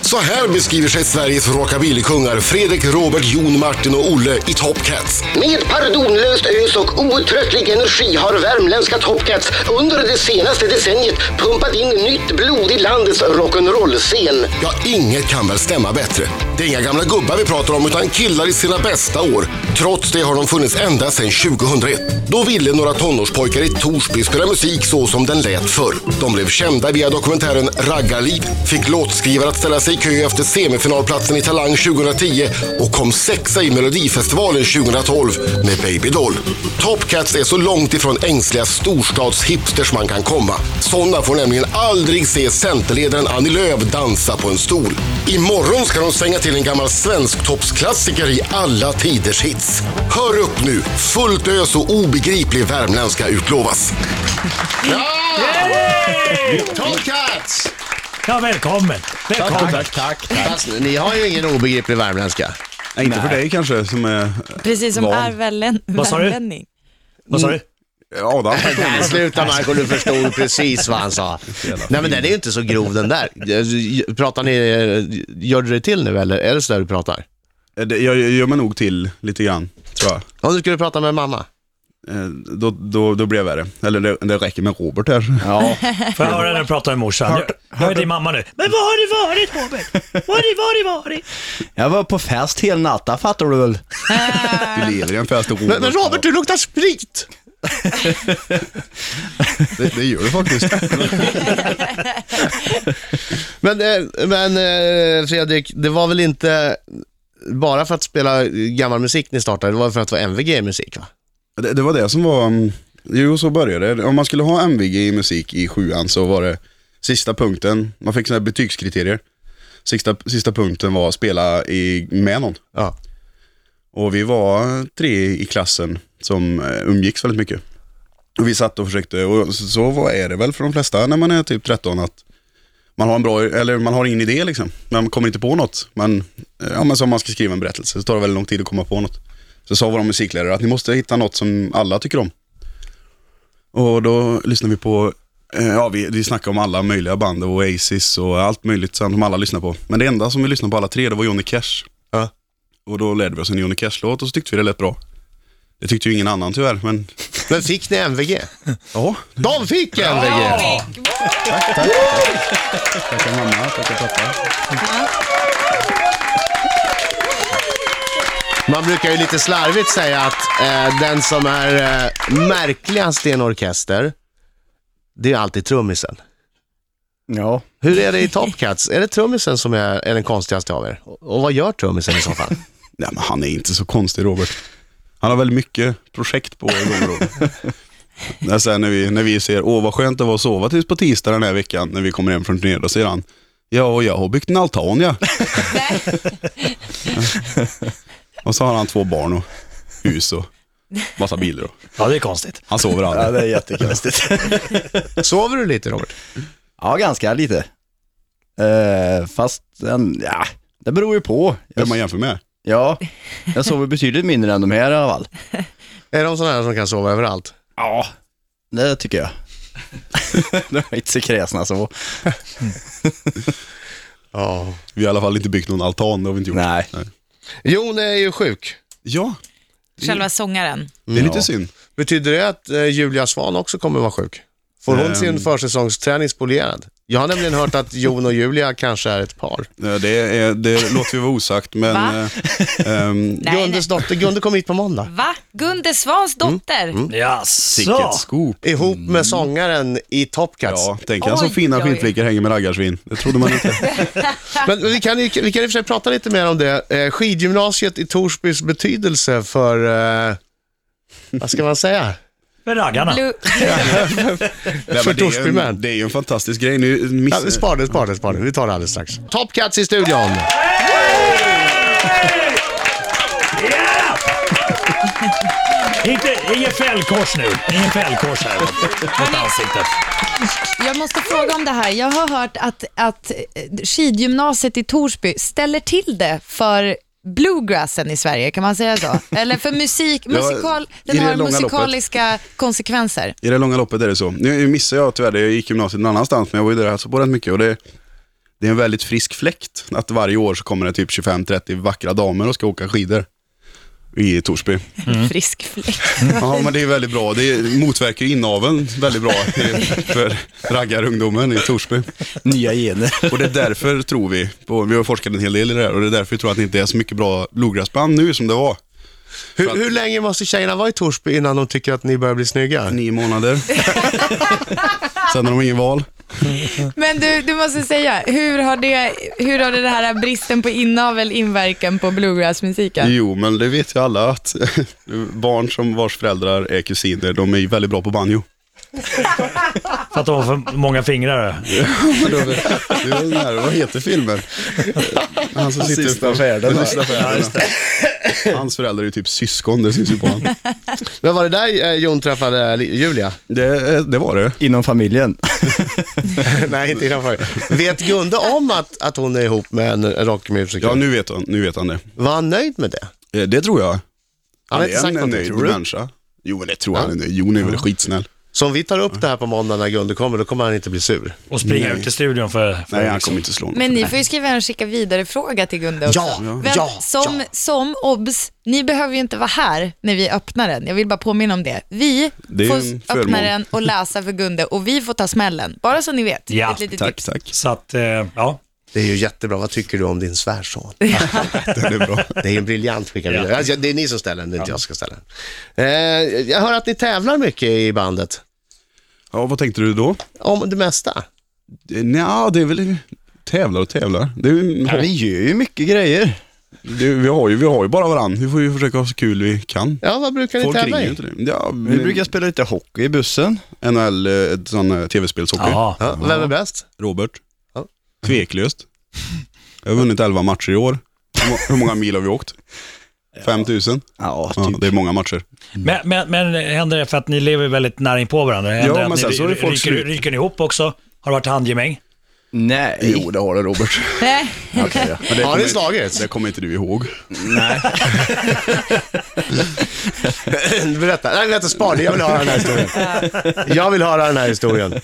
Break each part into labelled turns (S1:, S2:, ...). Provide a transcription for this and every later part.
S1: Så här beskriver sig Sveriges rockabillykungar Fredrik, Robert, Jon, Martin och Olle i Top Cats.
S2: Med pardonlöst ös och outtröttlig energi har värmländska Top Cats under det senaste decenniet pumpat in nytt blod i landets rock'n'roll-scen.
S1: Ja, inget kan väl stämma bättre. Det är inga gamla gubbar vi pratar om utan killar i sina bästa år. Trots det har de funnits ända sedan 2001. Då ville några tonårspojkar i Torsby spela musik så som den lät förr. De blev kända via dokumentären Raggarliv, fick låtskrivare att ställa sig i kö efter semifinalplatsen i Talang 2010 och kom sexa i Melodifestivalen 2012 med Baby Doll. Top Cats är så långt ifrån ängsliga storstadshipsters man kan komma. Sådana får nämligen aldrig se centerledaren Annie Lööf dansa på en stol. Imorgon ska de sänga till en gammal svensktoppsklassiker i alla tiders hits. Hör upp nu! Fullt ös och obegriplig värmländska utlovas. Ja! Top Cats!
S3: Ja, välkommen!
S4: Tack,
S3: Välkommen!
S4: tack, tack. Fast ni har ju ingen obegriplig värmländska.
S5: Nej, inte för dig kanske som är
S6: Precis som
S5: Van.
S6: är värmlän-
S3: Vad sa du?
S6: värmlänning.
S3: Vad sa du?
S5: eh, Adam.
S4: Nej, sluta Marco, du förstod precis vad han sa. Nej men den är ju inte så grov den där. Alltså, Pratar ni, eh, gör du det till nu eller är det så där du pratar?
S5: Det- Jag jag gör mig nog till lite grann, tror jag.
S4: Om du skulle prata med mamma.
S5: Eh, Då, då, då blir jag värre. Eller det, det räcker med Robert här.
S4: Ja.
S3: Mm. Får jag höra när du pratar med morsan? Jag, jag är din mamma nu. Men vad har du varit Robert? Vad har du varit varit?
S7: Jag var på fest hela natten fattar du väl?
S5: Du lever i en fest och
S4: Men, men Robert, du luktar sprit!
S5: Det, det gör du faktiskt.
S4: Men, eh, men eh, Fredrik, det var väl inte bara för att spela gammal musik ni startade, det var för att vara MVG-musik va?
S5: Det, det var det som var, mm, jo så började det. Om man skulle ha MVG i musik i sjuan så var det sista punkten, man fick sådana här betygskriterier. Sista, sista punkten var att spela i, med någon.
S4: Ja.
S5: Och vi var tre i klassen som eh, umgicks väldigt mycket. Och vi satt och försökte, och så- så vad är det väl för de flesta när man är typ 13 att man har en bra, eller man har ingen idé liksom, men man kommer inte på något. Men, eh, ja men som man ska skriva en berättelse, så tar det väldigt lång tid att komma på något. Så sa vår musiklärare att ni måste hitta något som alla tycker om. Och då lyssnade vi på, eh, ja vi, vi snackade om alla möjliga band, och Oasis och allt möjligt sånt som alla lyssnar på. Men det enda som vi lyssnade på alla tre, det var Johnny Cash. Och då lärde vi oss en Johnny Cash-låt och så tyckte vi det lät bra. Det tyckte ju ingen annan tyvärr, men...
S4: Men fick ni MVG?
S5: Ja.
S4: De fick MVG!
S5: Tackar mamma, tackar pappa.
S4: Man brukar ju lite slarvigt säga att eh, den som är eh, märkligast i en orkester, det är ju alltid trummisen.
S7: Ja.
S4: Hur är det i Top Cats? Är det trummisen som är, är den konstigaste av er? Och och vad gör trummisen i så fall?
S5: Nej men han är inte så konstig Robert. Han har väldigt mycket projekt på igång Robert. När sen när vi, när vi ser, åh vad skönt det var att sova tills på tisdag den här veckan när vi kommer hem från turnén, då säger han, ja och jag har byggt en altan ja. och så har han två barn och hus och massa bilar och
S3: Ja, det är konstigt.
S5: han sover
S7: Ja,
S5: aldrig.
S7: det är jättekonstigt.
S4: Sover du lite Robert?
S7: ja, ganska lite. Eh, fast, en, ja, det beror ju på.
S5: Vem
S7: Jag,
S5: man jämför med.
S7: ja, jag sover betydligt mindre än de här i alla fall.
S4: Är de sådana här som kan sova överallt?
S7: Ja, det tycker jag. de är inte så kräsna så.
S4: Ja.
S5: Vi har i alla fall inte byggt någon altan, det har vi inte gjort.
S7: Nej.
S4: Jon är ju sjuk.
S5: Ja,
S6: Själva sångaren.
S5: det är lite synd.
S4: Betyder det att eh, Julia Svan också kommer vara sjuk? Får hon sin
S5: Ehm.
S4: försäsongsträning spolierad? Jag har nämligen hört att Jon och Julia kanske är ett par.
S5: Eh, Det, är, det låter vi vara osagt, men...
S6: Va?
S5: eh, ehm,
S6: Nej,
S4: Gundes dotter, Gunde kom hit på måndag.
S6: Va? Gunde Svans dotter?
S3: Jaså?
S5: vilket scoop.
S4: Ihop med sångaren i Top Cats.
S5: Mm. Ja, tänk han
S6: Oj,
S5: som fina
S6: oj.
S5: skinnflickor hänger med raggarsvin. Det trodde man inte.
S4: Men vi kan, ju- vi kan i och för sig prata lite mer om det. Eh, Skidgymnasiet i Torsbys betydelse för, eh, vad ska man säga?
S3: Med raggarna.
S6: Blue,
S5: Nej,
S4: För
S5: men det är ju
S4: Torsby
S5: en-
S4: man.
S5: Det är ju en fantastisk grej. Nu miss...
S4: Ja, spar det, spar det, spar det. Vi tar det alldeles strax. Top Cats i studion.
S3: Inte, ingen fällkors nu. Ingen fällkors här. Mot ansiktet.
S6: Jag måste fråga om det här. Jag har hört att, att eh, skidgymnasiet i Torsby ställer till det för bluegrassen i Sverige, kan man säga så? Eller för musik, musikal,
S5: i
S6: den
S5: det
S6: har
S5: långa loppet.
S6: musikaliska konsekvenser.
S5: I det långa loppet är det så. Nu missade jag tyvärr det. Jag gick gymnasiet någon annanstans, men jag var ju där och hälsade på rätt mycket. Och det, det är en väldigt frisk fläkt. Att varje år så kommer det typ 25-30 vackra damer och ska åka skidor i Torsby.
S6: Frisk fläkt.
S5: Ja, men det är väldigt bra. Det motverkar ju inaveln väldigt bra för raggarungdomen i Torsby.
S7: Nya gener.
S5: Och det är därför tror vi, och vi har forskat en hel del i det här, och det är därför vi tror att det inte är så mycket bra bluegrassband nu som det var.
S4: Hur, hur länge måste tjejerna vara i Torsby innan de tycker att ni börjar bli snygga?
S5: Nio månader. Sen har de ingen val.
S6: Men du, du måste säga, hur har, det, hur har det här bristen på inavel inverkan på bluegrassmusiken?
S5: Jo, men det vet ju alla att barn som vars föräldrar är kusiner, de är ju väldigt bra på banjo.
S3: För att de har för många fingrar.
S5: Det är den här, vad heter filmen? Han som sitter
S7: Sista färden, va?
S5: Sista färden. Hans föräldrar är ju typ syskon, det syns ju på honom.
S4: Men var det där eh, Jon träffade eh, Julia?
S5: Det, det var det.
S7: Inom familjen.
S4: Nej, inte innanför. Vet Gunde om att, att hon är ihop med en rockmusiker?
S5: Ja, nu vet han, nu vet han det.
S4: Var han nöjd med det?
S5: Eh, Det tror jag.
S4: Han har inte sagt
S5: en
S4: någonting,
S5: nöjd
S4: tror du?
S5: människa. Jo, men det tror han är nöjd. Jon är väl skitsnäll.
S4: Så om vi tar upp det här på måndag när Gunde kommer, då kommer han inte bli sur.
S3: Och springa ut i studion för... för
S5: Nej, han kommer inte slå någon.
S6: Men ni får ju skriva en skicka vidare-fråga till Gunde också.
S4: Ja, ja,
S6: Vem,
S4: ja,
S6: som,
S4: ja.
S6: som obs, ni behöver ju inte vara här när vi öppnar den. Jag vill bara påminna om det. Vi
S5: Det är
S6: får
S5: en
S6: öppna
S5: förmån.
S6: den och läsa för Gunde och vi får ta smällen. Bara så ni vet.
S3: Ja,
S6: Ett litet tips.
S5: tack.
S3: Så att, eh, ja.
S4: Det är ju jättebra. Vad tycker du om din svärson?
S5: Det är bra.
S4: Det är ju en briljant skicka vidare. Alltså, det är ni som ställer den, det är inte jag som ska ställa den. Eh, jag hör att ni tävlar mycket i bandet.
S5: Ja, vad tänkte du då?
S4: Om det mesta.
S5: Nja, det är väl tävlar och tävlar. Det är, ju-
S7: Vi gör ju mycket grejer.
S5: det, vi, har ju, vi har ju bara varandra. Vi får ju försöka ha så kul vi kan.
S4: Ja, vad brukar ni
S5: Folk
S4: tävla
S5: ringer
S4: i?
S5: ju inte nu. Ja,
S7: Vi brukar spela lite hockey i bussen.
S5: NHL, eh, ett sån eh, tv-spelshockey.
S3: ja.
S4: Ja, vem är bäst?
S5: Robert.
S4: Ja.
S5: Tveklöst. Jag har vunnit 11 matcher i år. Hur må- Hur många mil har vi åkt? 5000?
S7: Ja, typ.
S5: Ja, det är många matcher.
S3: Men, men, men händer det för att ni lever väldigt nära in på varandra? Händer
S5: Ja,
S3: det att
S5: men
S3: ni
S5: sen så är det
S3: ry-
S5: folk
S3: ryker,
S5: slut.
S3: ryker ni ihop också? Har det varit handgemäng?
S7: Nej.
S5: Jo, det har det Robert.
S6: Nej.
S5: Men det
S4: Har
S5: kommer-
S4: ni slagits?
S5: Det kommer inte du ihåg.
S4: Berätta. Nej, vänta, spar det. Jag vill höra den här historien. Jag vill höra den här historien.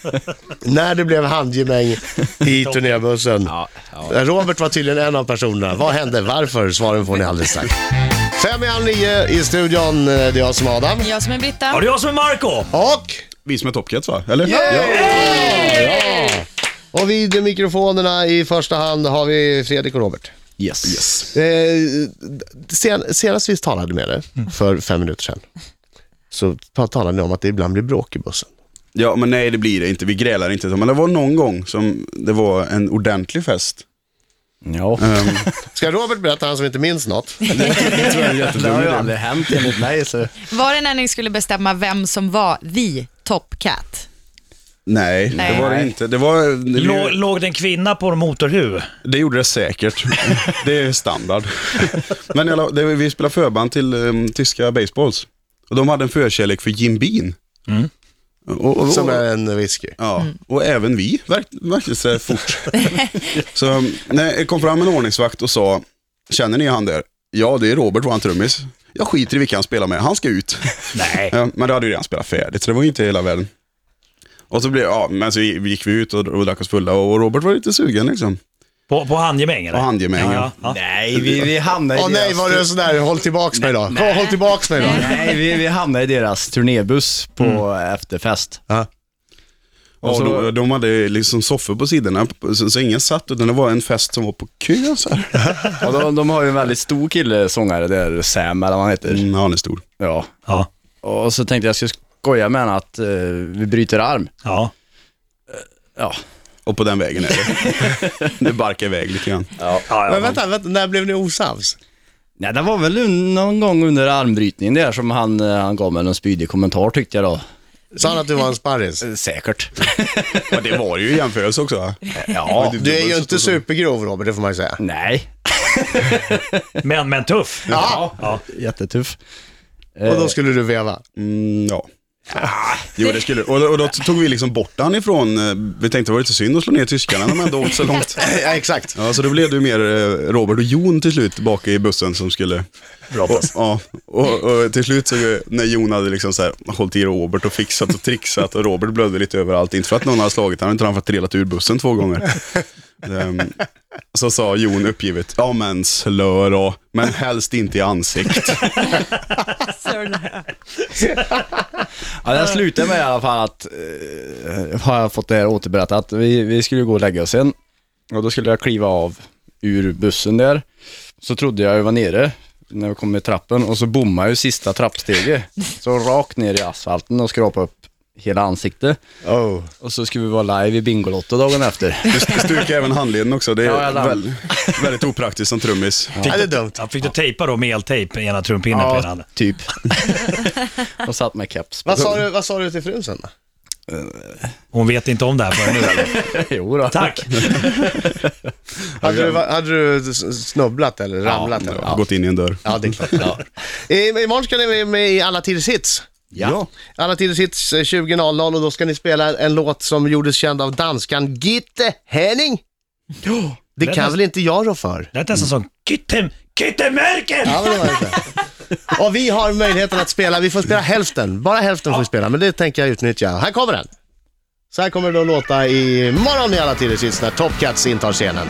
S4: När det blev handgemäng i turnébussen. Robert var tydligen en av personerna. Vad hände? Varför? Svaren får ni alldeles strax. Fem i halv nio i studion. Det är jag som är Adam.
S6: Jag som är Britta.
S3: Ja, det är jag som är Marco
S4: Och...
S5: Vi som är Top Cats va? Eller?
S4: Ja. Och vid mikrofonerna i första hand har vi Fredrik och Robert.
S7: Yes. yes.
S4: Eh, sen, senast vi talade med dig, för fem minuter sedan, så pra- talade ni om att det ibland blir bråk i bussen.
S5: Ja, men nej det blir det inte. Vi grälar inte. Men det var någon gång som det var en ordentlig fest.
S7: Ja.
S5: Ehm,
S4: Ska Robert berätta, han som inte minns något?
S7: Det har ju aldrig hänt enligt mig så.
S6: Var det när ni skulle bestämma vem som var the top cat?
S5: nej,
S6: Nej.
S5: det var det inte. Det, var,
S3: Lå,
S5: det,
S3: låg det en kvinna på en motorhuv?
S5: det gjorde det säkert. det är standard. men i alla, det, vi spelade förband till ehm, tyska baseballs. Och de hade en förkärlek för Jim Beam. Och, och,
S4: Mm. Som
S5: och,
S4: är Mm. en whisky. Alltså,
S5: Ja, och även vi verk, verkligen sådär fort. så um, när jag kom fram en ordningsvakt och sa, känner ni han där? Ja, det är Robert, våran trummis. Jag skiter i vilka han spelar med, han ska ut.
S3: Nej.
S5: Ja, men då hade ju redan spelat färdigt, så det var ju inte hela världen. Och så, blev, ja, men så gick vi ut och, och drack oss fulla och Robert var lite sugen liksom.
S3: På, på handgemäng eller?
S5: På handgemäng, ja.
S3: ja.
S7: Nej, vi, vi hamnar i
S4: Åh nej,
S7: deras...
S4: var det sån där, håll tillbaks mig då. Håll tillbaks mig då.
S7: Nej, vi, vi hamnade i deras turnébuss på efterfest.
S5: Och så, de, de hade liksom soffor på sidorna, så, så ingen satt, utan det var en fest som var på kö så här.
S7: Och de, de har ju en väldigt stor kille, sångare där, Sam eller vad han heter.
S5: Mm, han är stor.
S7: Ja.
S3: Ja.
S7: Och så tänkte jag skulle skoja med honom att eh, vi bryter arm.
S3: ja.
S7: Ja.
S5: Och på den vägen är det. det barkar iväg lite grann.
S4: Men vänta, vänta, när blev ni osams?
S7: Nej, det var väl un- någon gång under armbrytningen där som han, eh, han gav mig en spydig kommentar tyckte jag då.
S4: Sa han att du var en sparris?
S7: Eh, Säkert.
S5: Men det var ju i jämförelse också va?
S7: Ja.
S4: Du är ju inte supergrov Robert, det får man ju säga.
S7: Nej.
S3: Men, men tuff.
S4: Ja,
S7: Jättetuff.
S4: och då skulle du veva.
S5: Mm, ja. Jo, det skulle och, då- och då tog vi liksom bort han ifrån, eh, vi tänkte det var lite synd att slå ner tyskarna när man ändå åkt så långt.
S4: Ja, exakt.
S5: Ja, så då blev det ju mer eh, Robert och Jon till slut bak i bussen som skulle...
S3: Bra
S5: Och, ja, och, och till slut så eh, när Jon hade liksom så här, hållit i Robert och fixat och trixat och Robert blödde lite överallt, inte för att någon hade slagit honom, utan för att han trillat ur bussen två gånger. Ehm, så sa Jon uppgivet, ja men slö då, men helst inte i ansikt.
S7: Ja, det slutade med i alla fall att, eh, har jag fått det här återberättat, vi, vi skulle gå och lägga oss sen. Och då skulle jag kliva av ur bussen där. Så trodde jag jag var nere när jag kom i trappen och så bommade jag ju sista trappsteget. Så rakt ner i asfalten och skrapade upp hela ansiktet.
S4: Oh.
S7: Och så skulle vi vara live i Bingolotto dagen efter.
S5: Du st- stukade även handleden också, det är
S7: Ja, jag la-
S5: väl, väldigt opraktiskt som trummis.
S4: Ja, det är dumt.
S3: Ja, fick du tejpa då med eltejp med ena trumpinnen på ena handen?
S7: Typ. och satt med keps på.
S4: Vad sa, du, vad sa du till frun sen då?
S3: Hon vet inte om det här förrän nu eller?
S7: Jo då.
S3: Tack!
S4: Hade du, hade du s- snubblat eller ramlat? eller?
S5: Ja, Gått in i en dörr.
S4: Ja, det är klart. I, imorgon ska ni med, med i Alla tiders hits.
S7: Ja.
S4: Alla tiders hits eh, 20.00 och då ska ni spela en låt som gjordes känd av danskan Gitte Henning. Det
S3: Det är
S4: kan
S3: nästan-
S4: väl inte jag rå för?
S3: Det lät nästan som Kytten, Kyttenmärken!
S4: Ja, men det var det inte. Och vi har möjligheten att spela, vi får spela hälften. Bara hälften får vi spela, men det tänker jag utnyttja. Här kommer den. Så här kommer det att låta i morgon i alla tiders hits när Top Cats intar scenen.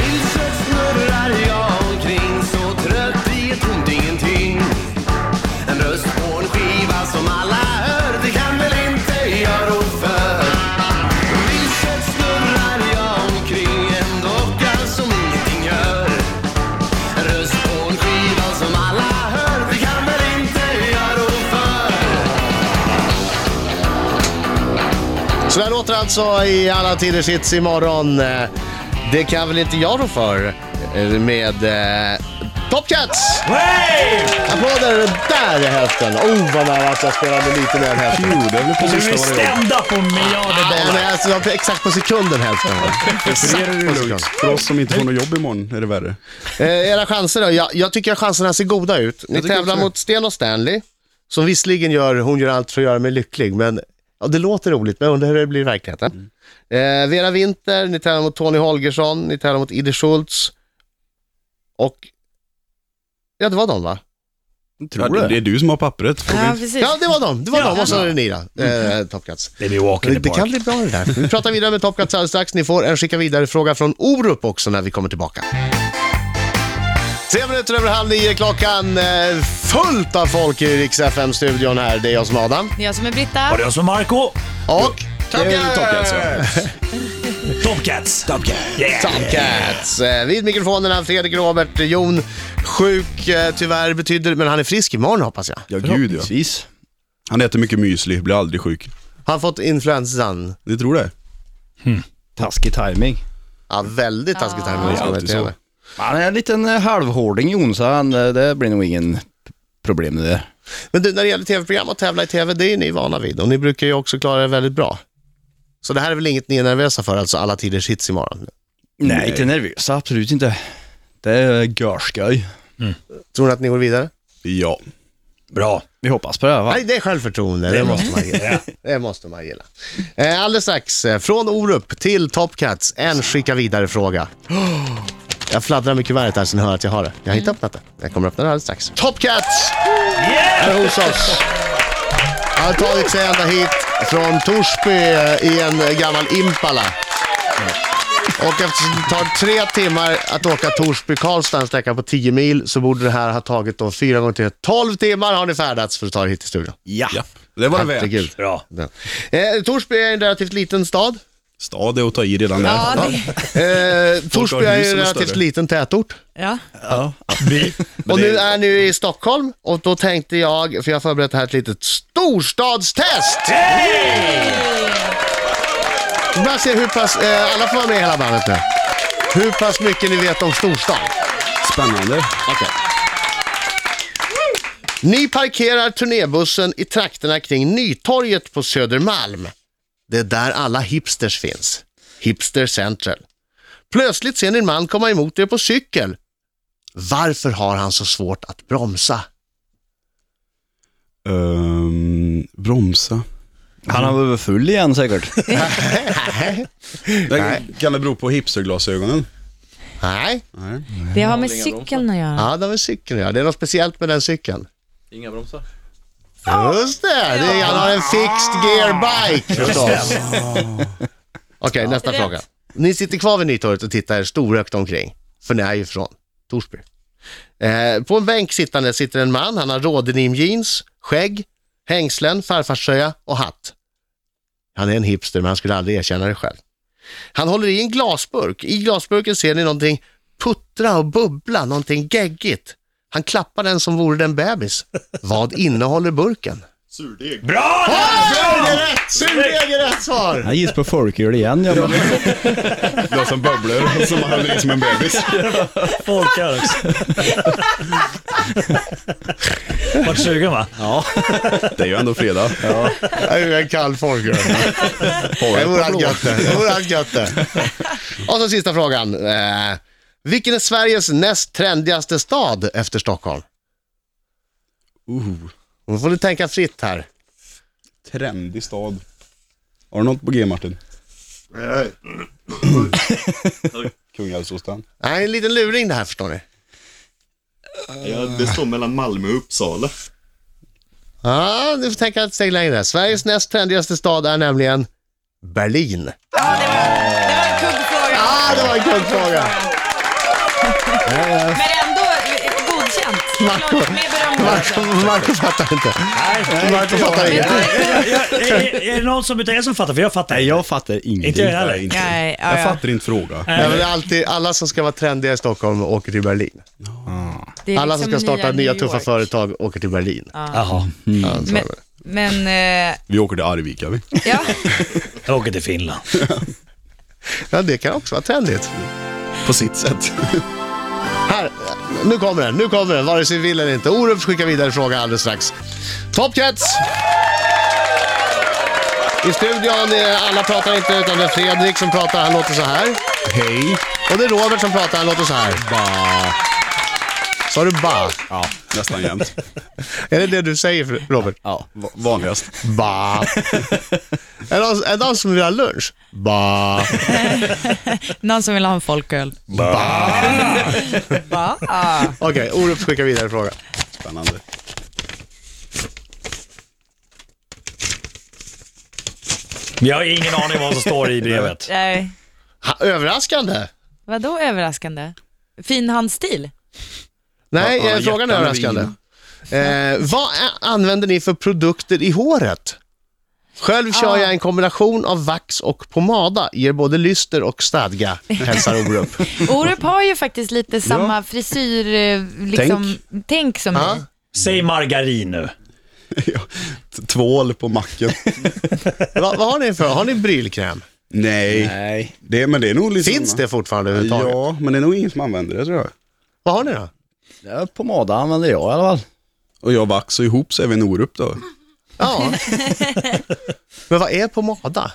S8: Vilse snurrar jag omkring så trött vet runt ingenting En röst på en skiva som alla hör det kan väl inte jag rå för Vilse snurrar jag omkring en docka som ingenting gör En röst på en skiva som alla hör det kan väl inte jag rå för
S4: Så där låter det alltså i alla tiders hits imorgon. Eh, Det kan väl inte jag rå för eh, med eh, Top Cats!
S3: Hey!
S4: Applåder, det där är hälften. Oh, vad nära att jag spelade lite mer än hälften.
S5: Jo, det är väl på
S3: Du är
S5: sista var
S3: stämda på miljarder
S4: Nej,
S3: dollar.
S4: men alltså, jag var exakt på sekunden hälften.
S5: För er är det lugnt. För oss som inte får något jobb imorgon är det värre.
S4: Eh, era chanser då? Jag, jag tycker att chanserna ser goda ut. Ni
S5: tycker
S4: tävlar
S5: också det.
S4: mot Sten och Stanley, som visserligen gör, hon gör allt för att göra mig lycklig, men ja, det låter roligt, men jag undrar hur det blir i verkligheten. Eh, Vera Winter, ni tävlar mot Tony Holgersson, ni tävlar mot Idde Schultz och... Ja, det var de va?
S5: Ja, det, det är du som har pappret. Fråga
S6: Ja,
S5: inte.
S6: precis.
S4: Ja, det var de. Det var
S3: Ja.
S4: de och så är det ni då,
S5: Mm.
S4: eh, Top Cats.
S3: Det blir walk in
S4: Det,
S3: the
S4: det
S3: park.
S4: kan bli bra det där. Vi pratar vidare med Top Cats alldeles strax. Ni får en skicka vidare-fråga från Orup också när vi kommer tillbaka. Tre minuter över halv nio klockan. eh, Fullt av folk i Rix FM-studion här. Det är jag som är Adam.
S6: Det är jag som är
S3: Och
S6: Britta.
S3: det är som Marco,
S4: Och...
S5: Det är Top Cats, ja.
S3: Tomcats. Yeah.
S4: Top Cats. Eh, Vid mikrofonerna Fredrik Robert, Jon. Sjuk eh, tyvärr betyder men han är frisk imorgon hoppas jag.
S5: Ja, gud ja.
S7: Precis.
S5: Han äter mycket müsli, blir aldrig sjuk.
S4: Har han fått influensan?
S5: Ni tror det?
S7: Taskig timing.
S4: Ja, väldigt taskigt här med
S5: Det är alltid så.
S4: TV.
S7: Han är en liten eh, halvhårding Jon, så han, eh, det blir nog ingen p- problem med det.
S4: Men du, när det gäller tv-program och tävla i tv, det är ni vana vid och ni brukar ju också klara er väldigt bra. Så det här är väl inget ni är nervösa för, alltså alla tiders hits imorgon?
S7: Nej, inte nervös, absolut inte. Det är görskoj.
S4: Tror ni att ni går vidare?
S5: Ja.
S3: Bra.
S7: Vi hoppas på det här, va?
S4: Nej, det är självförtroende. Det måste man gilla. Det måste man gilla. Eh, Alldeles strax, eh, från Orup till Top Cats, en skicka vidare-fråga. Jag fladdrar med kuvertet här så ni hör att jag har det. Jag har inte öppnat det. Jag kommer öppna det alldeles strax. Top Cats!
S3: Yeah!
S4: är hos oss. Han har tagit sig ända hit från Torsby eh, i en eh, gammal Impala. Och eftersom det tar tre timmar att åka Torsby-Karlstad, en sträcka på 10 mil, så borde det här ha tagit då fyra gånger till 12 timmar har ni färdats för att ta er hit till studion.
S5: ja. Det var det värt.
S4: Herregud.
S3: Bra.
S4: Ja. Eh, Torsby är en relativt liten stad.
S5: Stad är att ta i redan där.
S6: Ja, det,
S4: Eh, Torsby
S5: har
S4: är
S5: hus
S4: ju en
S5: som är
S4: relativt
S5: större.
S4: liten tätort.
S6: ja.
S4: Och nu är ni i Stockholm och då tänkte jag, för jag har förberett här ett litet storstadstest. Vi bara se hur pass, eh, alla får vara med i hela bandet nu. Hur pass mycket ni vet om storstad.
S5: Spännande.
S4: Ni parkerar turnébussen i trakterna kring Nytorget på Södermalm. Det är där alla hipsters finns. Hipster Central. Plötsligt ser ni en man komma emot er på cykel. Varför har han så svårt att bromsa?
S5: Ehm, bromsa.
S7: Han har blivit full igen säkert.
S5: Det kan det bero på hipsterglasögonen?
S4: Nej,
S5: Nej.
S6: Det har med cykeln att göra.
S4: ja, det var cykeln ja. Det är något speciellt med den cykeln.
S9: Inga bromsar.
S4: Just det, det är, han har en fixed gear bike förstås. Okej, nästa
S6: Rätt.
S4: fråga. Ni sitter kvar vid Nytorget och tittar er storögt omkring, för ni är ju från Torsby. Eh, på en bänk sittande sitter en man, han har rådenim jeans, skägg, hängslen, farfarströja och hatt. Han är en hipster men han skulle aldrig erkänna det själv. Han håller i en glasburk. I glasburken ser ni någonting puttra och bubbla, någonting geggigt. Han klappar den som vore den bebis. Vad innehåller burken?
S3: Bra!
S4: Bra! Det är rätt! Surdeg är rätt svar!
S7: Jag gissar på folköl igen. Jag bara,
S5: Glas som bubblar som man håller i som en bebis.
S3: Folköl också. Vart sugen va?
S5: Det är ju ändå fredag. Ja.
S4: Det är ju en kall folköl. Det vore allt gött det. Det vore allt gött det. Och så sista frågan. Eh, vilken är Sveriges näst trendigaste stad efter Stockholm?
S5: Uh,
S4: Nu får du tänka fritt här.
S5: trendig stad. Har du något på G Martin? Kungälvsostan.
S4: Nej, en liten luring det här förstår ni.
S10: Ja, det står mellan Malmö och Uppsala.
S4: Ja, du får tänka ett steg längre. Sveriges näst trendigaste stad är nämligen Berlin.
S6: Det var en kuggfråga,
S4: Ah, det var en kul fråga.
S6: men ändå eh, godkänt. Klart, Med beröm också.
S4: Marco- Marco fattar inte. Marco fattar
S6: Men
S4: inte.
S6: då är det-
S3: Är, är, är det någon som utav er som fattar? För jag fattar
S7: nej, jag fattar ingenting.
S3: inte. jag heller.
S5: inte.
S6: Nej, ja,
S5: Jag
S6: ja.
S5: fattar inte fråga.
S4: Nej, men det är alltid, alla som ska vara trendiga i Stockholm åker till Berlin.
S6: Det är
S4: Alla som
S6: liksom
S4: ska starta nya
S6: New
S4: tuffa
S6: York.
S4: företag åker till Berlin.
S3: Jaha,
S4: Ja, så är
S6: Men,
S4: det.
S6: men eh,
S5: Vi åker till Arvika vi.
S6: ja.
S3: jag åker till Finland.
S4: Ja, det kan också vara trendigt.
S5: På sitt sätt.
S4: Här, nu kommer den, nu kommer den, vare sig vi vill eller inte. Orup skickar vidare frågan alldeles strax. Top Cats! I studion, eh, alla pratar inte utan det är Fredrik som pratar, han låter så här.
S5: Hej.
S4: Och det är Robert som pratar, han låter så här.
S5: Ba.
S4: Sa du ba?
S5: Ja, nästan jämt.
S4: Är det det du säger för- Robert?
S7: Ja.
S5: Va- Vanligast.
S4: Ba. Är det någon- är det någon som vill ha lunch? Ba.
S6: Någon som vill ha en folköl? Ba. Ba.
S4: Okej, Orup skickar vidare frågan.
S5: Spännande.
S3: Jag har ingen aning vad som står i brevet.
S6: Nej.
S4: Ha, överraskande!
S6: Vadå överraskande? Fin handstil?
S4: Nej,
S5: Ja, ja,
S4: eh, frågan är
S5: hjärtan
S4: överraskande.
S5: vin.
S4: Eh, vad a- använder ni för produkter i håret? Själv kör jag en kombination av vax och pomada, ger både lyster och stadga, hälsar Orup.
S6: Orup har ju faktiskt lite samma frisyr, eh, liksom, tänk, som
S4: Ja.
S6: ni.
S3: Säg margarin nu.
S5: Ja, t- Tvål på macken.
S4: Va, vad har ni för, har ni brylkräm?
S5: Nej.
S7: Nej.
S5: Det, men det är nog liksom...
S4: Finns det fortfarande överhuvudtaget?
S5: Ja, men det är nog ingen som använder det tror jag.
S4: Vad har ni då?
S7: Ja, Pomada använder jag i alla fall.
S5: Och jag och Vax och ihop så är vi en Orup då.
S4: Ja. Men vad är pomada?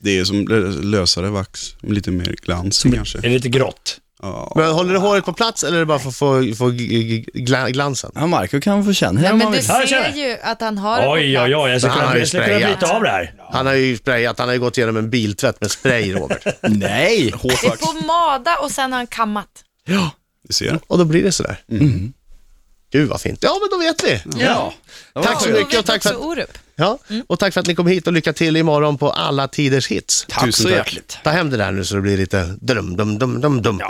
S5: Det är som lö- lösare vax, med lite mer glans kanske.
S3: Är det lite grått?
S5: Ja.
S4: Men håller det håret på plats eller är det bara för att få, få gl- gl- glansen?
S7: Ja, Marco kan få känna
S6: Nej,
S7: det om
S6: men
S7: han
S6: du
S7: vill.
S3: Här,
S6: ser
S3: tjena.
S6: ju att han har det på
S3: Oj, oj,
S6: plats.
S3: oj. Jag skulle
S4: Han har
S3: kunna-
S4: ju
S3: jag skulle kunna
S4: sprayat.
S3: bryta av det här.
S4: Han har ju sprayat, han har ju gått igenom en biltvätt med spray, Robert.
S7: Nej!
S5: Hårt
S6: Det är
S5: vax.
S6: pomada och sen har han kammat.
S5: Ni ser.
S4: Och då blir det sådär. Gud vad fint. Ja, men då vet vi.
S7: Ja.
S4: Tack så
S6: Då
S4: mycket
S6: vet
S4: och tack för,
S6: också
S4: att,
S6: Orup.
S4: ja, och tack för att ni kom hit och lycka till imorgon på alla tiders hits.
S7: Tack
S5: Tusen
S7: så
S5: tack.
S7: hjärtligt.
S4: Ta hem det där nu så det blir lite dum dum dum dum dum.